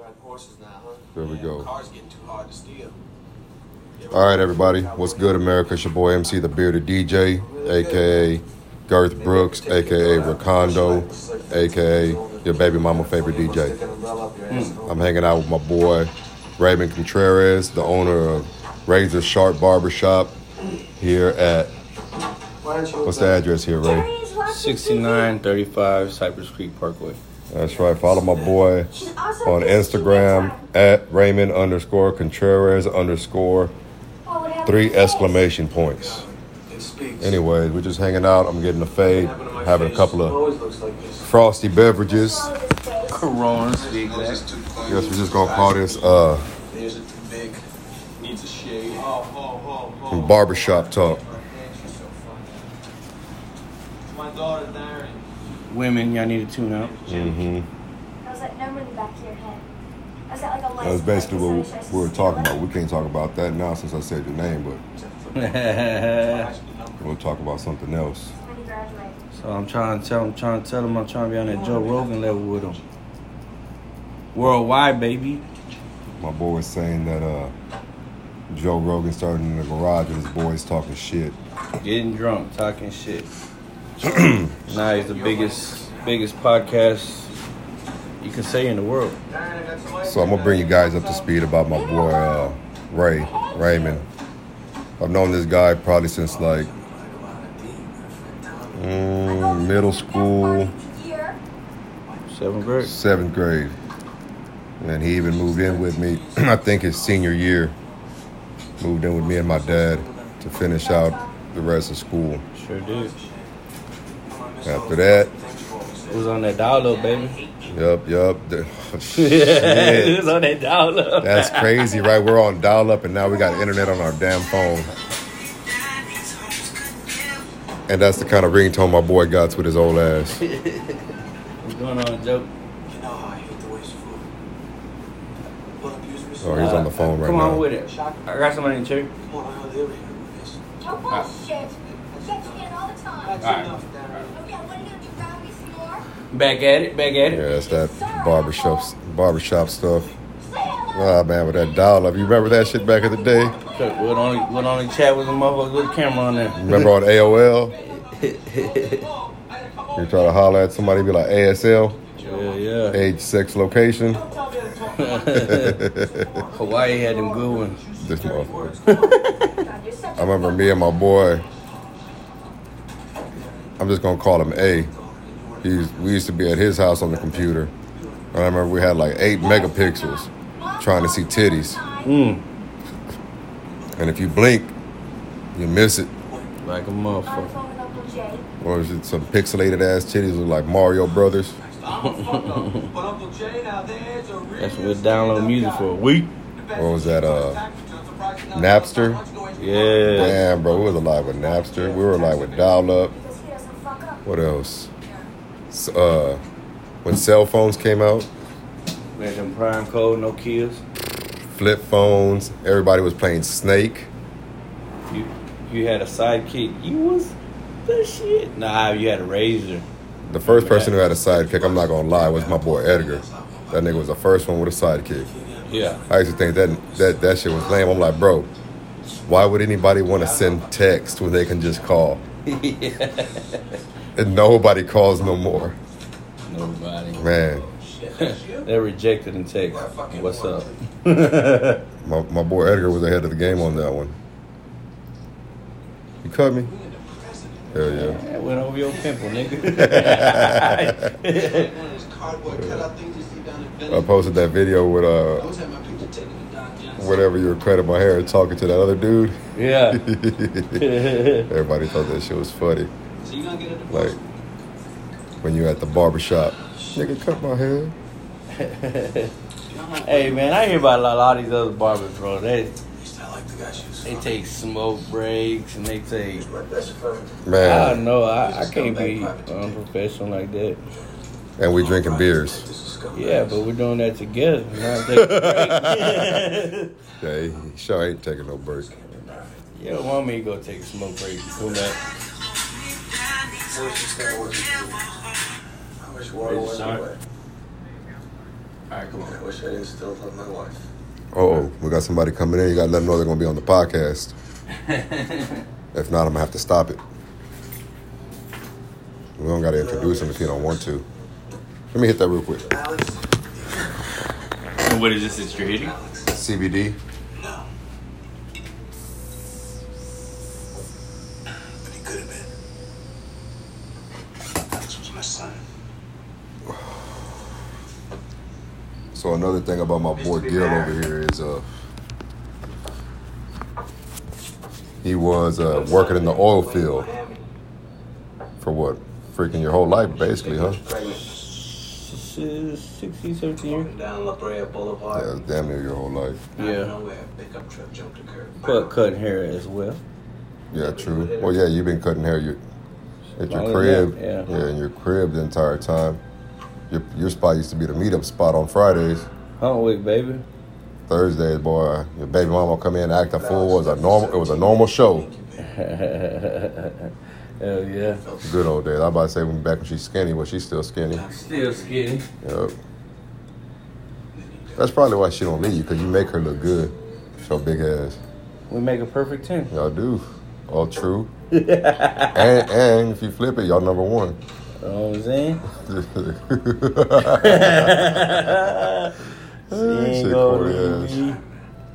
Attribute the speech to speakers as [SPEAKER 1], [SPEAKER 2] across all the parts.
[SPEAKER 1] riding horses now, huh?
[SPEAKER 2] There we
[SPEAKER 1] Yeah,
[SPEAKER 2] go.
[SPEAKER 1] Cars getting too hard to steal.
[SPEAKER 2] All right, everybody. What's good, America? It's your boy MC the Bearded DJ, aka Girth Brooks, aka Ricondo, aka your baby mama favorite DJ. I'm hanging out with my boy Raymond Contreras, the owner of Razor Sharp Barbershop here at what's the address here, Ray?
[SPEAKER 3] 6935 Cypress Creek Parkway.
[SPEAKER 2] That's right. Follow my boy on Instagram at Raymond underscore Contreras underscore three exclamation points.
[SPEAKER 1] It speaks.
[SPEAKER 2] Anyways, we're just hanging out. I'm getting a fade,
[SPEAKER 1] Happened to my
[SPEAKER 2] having a
[SPEAKER 1] face.
[SPEAKER 2] couple
[SPEAKER 1] It
[SPEAKER 2] of
[SPEAKER 1] Always looks like this.
[SPEAKER 2] frosty beverages.
[SPEAKER 3] Corona's the
[SPEAKER 1] Nose is
[SPEAKER 3] exact.
[SPEAKER 1] too clean.
[SPEAKER 2] Guess we're just gonna call this uh
[SPEAKER 1] Ears are too big. Needs a shave. Oh, oh, oh, oh.
[SPEAKER 2] barbershop talk.
[SPEAKER 1] My hands are so funny. My daughter, Darren.
[SPEAKER 3] Women, y'all need to tune out.
[SPEAKER 2] Mm-hmm.
[SPEAKER 4] I was like, number in the back of your head. I was like, like a light.
[SPEAKER 2] That was basically what we were talking about. We can't talk about that now since I said your name, but
[SPEAKER 3] so
[SPEAKER 2] we'll talk about something else.
[SPEAKER 4] When you graduate.
[SPEAKER 3] I'm trying to tell him, trying to tell him I'm trying to be on that Joe Rogan level with him. Worldwide, baby.
[SPEAKER 2] My boy was saying that uh Joe Rogan started in the garage and his boys talking shit.
[SPEAKER 3] Getting drunk, talking shit. now he's the biggest, biggest podcast you can say in the world.
[SPEAKER 1] Darren, I got some ice
[SPEAKER 2] So I'm gonna bring you guys up to speed about my boy uh, Ray Raymond. I've known this guy probably since like mm, middle school,
[SPEAKER 3] Seventh grade.
[SPEAKER 2] seventh grade, and he even moved in with me. I think his senior year, moved in with me and my dad to finish out the rest of school.
[SPEAKER 3] Sure did.
[SPEAKER 2] Mm. After that,
[SPEAKER 3] It was on that dollar, baby.
[SPEAKER 2] yup, yup. the-
[SPEAKER 3] it
[SPEAKER 2] shit.
[SPEAKER 3] was on that dollar.
[SPEAKER 2] That's crazy, right? We're on dial up and now we got internet on our damn phone. And that's the kind of ringtone my boy got with his old ass.
[SPEAKER 3] What's going on, Joe?
[SPEAKER 1] You know how I hate to waste food. Pull up, use me
[SPEAKER 2] Oh, he's on the phone right
[SPEAKER 3] Uh, Come on
[SPEAKER 2] now.
[SPEAKER 3] with it. I got somebody in the chair.
[SPEAKER 1] Come on, I know the area. Yes.
[SPEAKER 4] Oh, bullshit. I get you in all the time.
[SPEAKER 1] That's
[SPEAKER 3] All right.
[SPEAKER 1] enough, Darren.
[SPEAKER 4] Okay, what are you gonna do? Grab me some more?
[SPEAKER 3] Back at it, back at it.
[SPEAKER 2] Yeah, that's that barbershop barbershop stuff.
[SPEAKER 4] Say hello.
[SPEAKER 2] Ah man, with that dial up. You remember that shit back in the day?
[SPEAKER 3] Look, What only, what only chat was a motherfucker with a camera on there.
[SPEAKER 2] Remember on AOL? You try to holler at somebody, be like ASL,
[SPEAKER 3] Yeah, yeah.
[SPEAKER 2] age, sex, location.
[SPEAKER 3] Hawaii had them good ones.
[SPEAKER 2] This motherfucker.
[SPEAKER 4] God, you're such
[SPEAKER 2] I remember me and my boy. I'm just gonna call him A. He's, we used to be at his house on the computer, and I remember we had like eight megapixels, trying to see titties.
[SPEAKER 3] Mm,
[SPEAKER 2] And if you blink, you miss it.
[SPEAKER 3] like a
[SPEAKER 4] I'm
[SPEAKER 3] motherfucker.
[SPEAKER 4] phoning Uncle Jay.
[SPEAKER 2] Or is it some pixelated ass titties look like Mario Brothers?
[SPEAKER 1] But Uncle Jay, now there's a real
[SPEAKER 3] That's what download music for a week.
[SPEAKER 2] What was that, uh, Napster?
[SPEAKER 3] Yeah.
[SPEAKER 2] Damn, bro, we was alive with Napster. We were alive with dial up.
[SPEAKER 4] Because he doesn't fuck up.
[SPEAKER 2] What else? S- Uh, when cell phones came out,
[SPEAKER 3] We had them prime code, no kills.
[SPEAKER 2] flip phones, everybody was playing Snake.
[SPEAKER 3] You, you had a sidekick. You was the shit. Nah, you had a razor.
[SPEAKER 2] The first person who had a sidekick, I'm not gonna lie, was my boy Edgar. That nigga was the first one with a sidekick.
[SPEAKER 3] Yeah.
[SPEAKER 2] I used to think that that, that shit was lame. I'm like, bro, why would anybody want to send text when they can just call? And nobody calls no more.
[SPEAKER 3] Nobody.
[SPEAKER 2] Man,
[SPEAKER 3] They rejected and take. What's up?
[SPEAKER 2] my, my boy Edgar was ahead of the game on that one. You cut me? Hell yeah.
[SPEAKER 3] That went over your pimple, nigga.
[SPEAKER 1] One of those cardboard cutout things you see down in
[SPEAKER 2] I
[SPEAKER 1] Venice.
[SPEAKER 2] posted that video with
[SPEAKER 1] I
[SPEAKER 2] uh
[SPEAKER 1] was having my picture taken with Don Johnson.
[SPEAKER 2] whatever you were cutting my hair and talking to that other dude.
[SPEAKER 3] yeah.
[SPEAKER 2] Everybody thought that shit was funny.
[SPEAKER 1] So you gonna get a divorce?
[SPEAKER 2] Like when you at the barbershop. Nigga cut my hair.
[SPEAKER 3] Hey man, I hear about a lot, a lot of these other barbers, bro. They
[SPEAKER 1] I like the guy she was
[SPEAKER 3] they take smoke breaks and they take.
[SPEAKER 1] my best friend.
[SPEAKER 3] I
[SPEAKER 2] Man.
[SPEAKER 3] don't know. I, I can't be unprofessional like that.
[SPEAKER 2] And we drinking beers.
[SPEAKER 1] This is scumbag.
[SPEAKER 3] Yeah, but we're doing that together. We're not taking breaks.
[SPEAKER 2] Yeah, he he sure ain't taking no break.
[SPEAKER 3] you don't want me to go take a smoke break. Come back.
[SPEAKER 1] I wish that wasn't true. I wish water
[SPEAKER 3] It's
[SPEAKER 1] wasn't
[SPEAKER 3] not-
[SPEAKER 1] wet.
[SPEAKER 3] All right, come
[SPEAKER 5] I
[SPEAKER 3] on.
[SPEAKER 5] wish I didn't still love my wife.
[SPEAKER 2] Oh, we got somebody coming in. You got to let them know they're gonna be on the podcast. If not, I'm gonna have to stop it. We don't gotta introduce him if you don't want to. Let me hit that real quick.
[SPEAKER 5] Alex?
[SPEAKER 6] What is this that you're hitting?
[SPEAKER 5] Alex?
[SPEAKER 2] CBD.
[SPEAKER 5] No. But he could have been. Alex was my son.
[SPEAKER 2] So another thing about my boy Gil over here is uh he was uh, working in the oil field for what? Freaking your whole life basically, huh?
[SPEAKER 5] Pregnant.
[SPEAKER 3] This is 16, 17 year.
[SPEAKER 5] Walking down La Brea Boulevard.
[SPEAKER 2] Yeah, damn near your whole life.
[SPEAKER 5] Out of
[SPEAKER 3] Yeah.
[SPEAKER 5] nowhere, a pickup truck jumped a curb.
[SPEAKER 3] Cut, cut hair as well.
[SPEAKER 2] Yeah, true. Well yeah, you've been cutting hair your at your
[SPEAKER 3] Longer than
[SPEAKER 2] crib.
[SPEAKER 3] that, Oh, yeah.
[SPEAKER 2] in your crib the entire time. Your your spot used to be the meetup spot on Fridays.
[SPEAKER 3] Huntwick, baby.
[SPEAKER 2] Thursdays, boy, your baby mama come in and act a fool. It was a normal it was a normal show.
[SPEAKER 3] Hell yeah.
[SPEAKER 2] Good old days. I about to say when back when she's skinny, but she's still skinny.
[SPEAKER 3] Still skinny.
[SPEAKER 2] Yep. That's probably why she don't leave you, cause you make her look good. So big ass,
[SPEAKER 3] We make a perfect 10.
[SPEAKER 2] y'all do. All true. and and if you flip it, y'all number one.
[SPEAKER 3] You know what I'm saying? she ain't
[SPEAKER 2] Shit,
[SPEAKER 3] gonna
[SPEAKER 2] corny
[SPEAKER 3] leave me.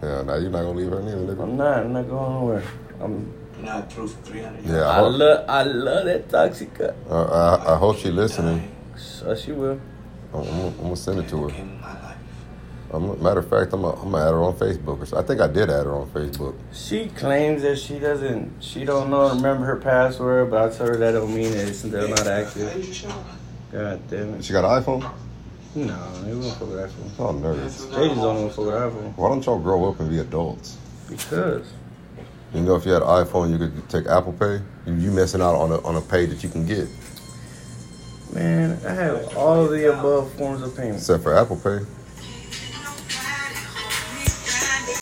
[SPEAKER 2] yeah, now you're not gonna leave her neither.
[SPEAKER 3] I'm
[SPEAKER 2] nigga.
[SPEAKER 3] not. I'm not going nowhere. I'm,
[SPEAKER 5] Not through for 300
[SPEAKER 2] Yeah, I
[SPEAKER 3] I
[SPEAKER 2] hope,
[SPEAKER 3] love. I love that toxic. cut.
[SPEAKER 2] uh, I, I hope she listening.
[SPEAKER 3] So she will.
[SPEAKER 2] I'm, I'm, gonna- I'm gonna send it to her.
[SPEAKER 5] In my life.
[SPEAKER 2] I'm, matter of fact, I'm gonna, I'm gonna add her on Facebook. Or so. I think I did add her on Facebook.
[SPEAKER 3] She claims that she doesn't. She don't know. Remember her password, but I told her that don't mean it. It's they're not active.
[SPEAKER 5] Ladies and gentlemen,
[SPEAKER 3] God damn it.
[SPEAKER 2] She got an iPhone.
[SPEAKER 3] No, they won't fuck with iPhone.
[SPEAKER 2] Oh, nerds.
[SPEAKER 3] They just don't want to fuck with iPhone
[SPEAKER 2] Why don't y'all grow up and be adults?
[SPEAKER 3] because
[SPEAKER 2] You know, if you had an iPhone, you could take Apple Pay. You, you missing out on a, on a pay that you can get,
[SPEAKER 3] man, I have all the above forms of payment.
[SPEAKER 2] except for Apple Pay.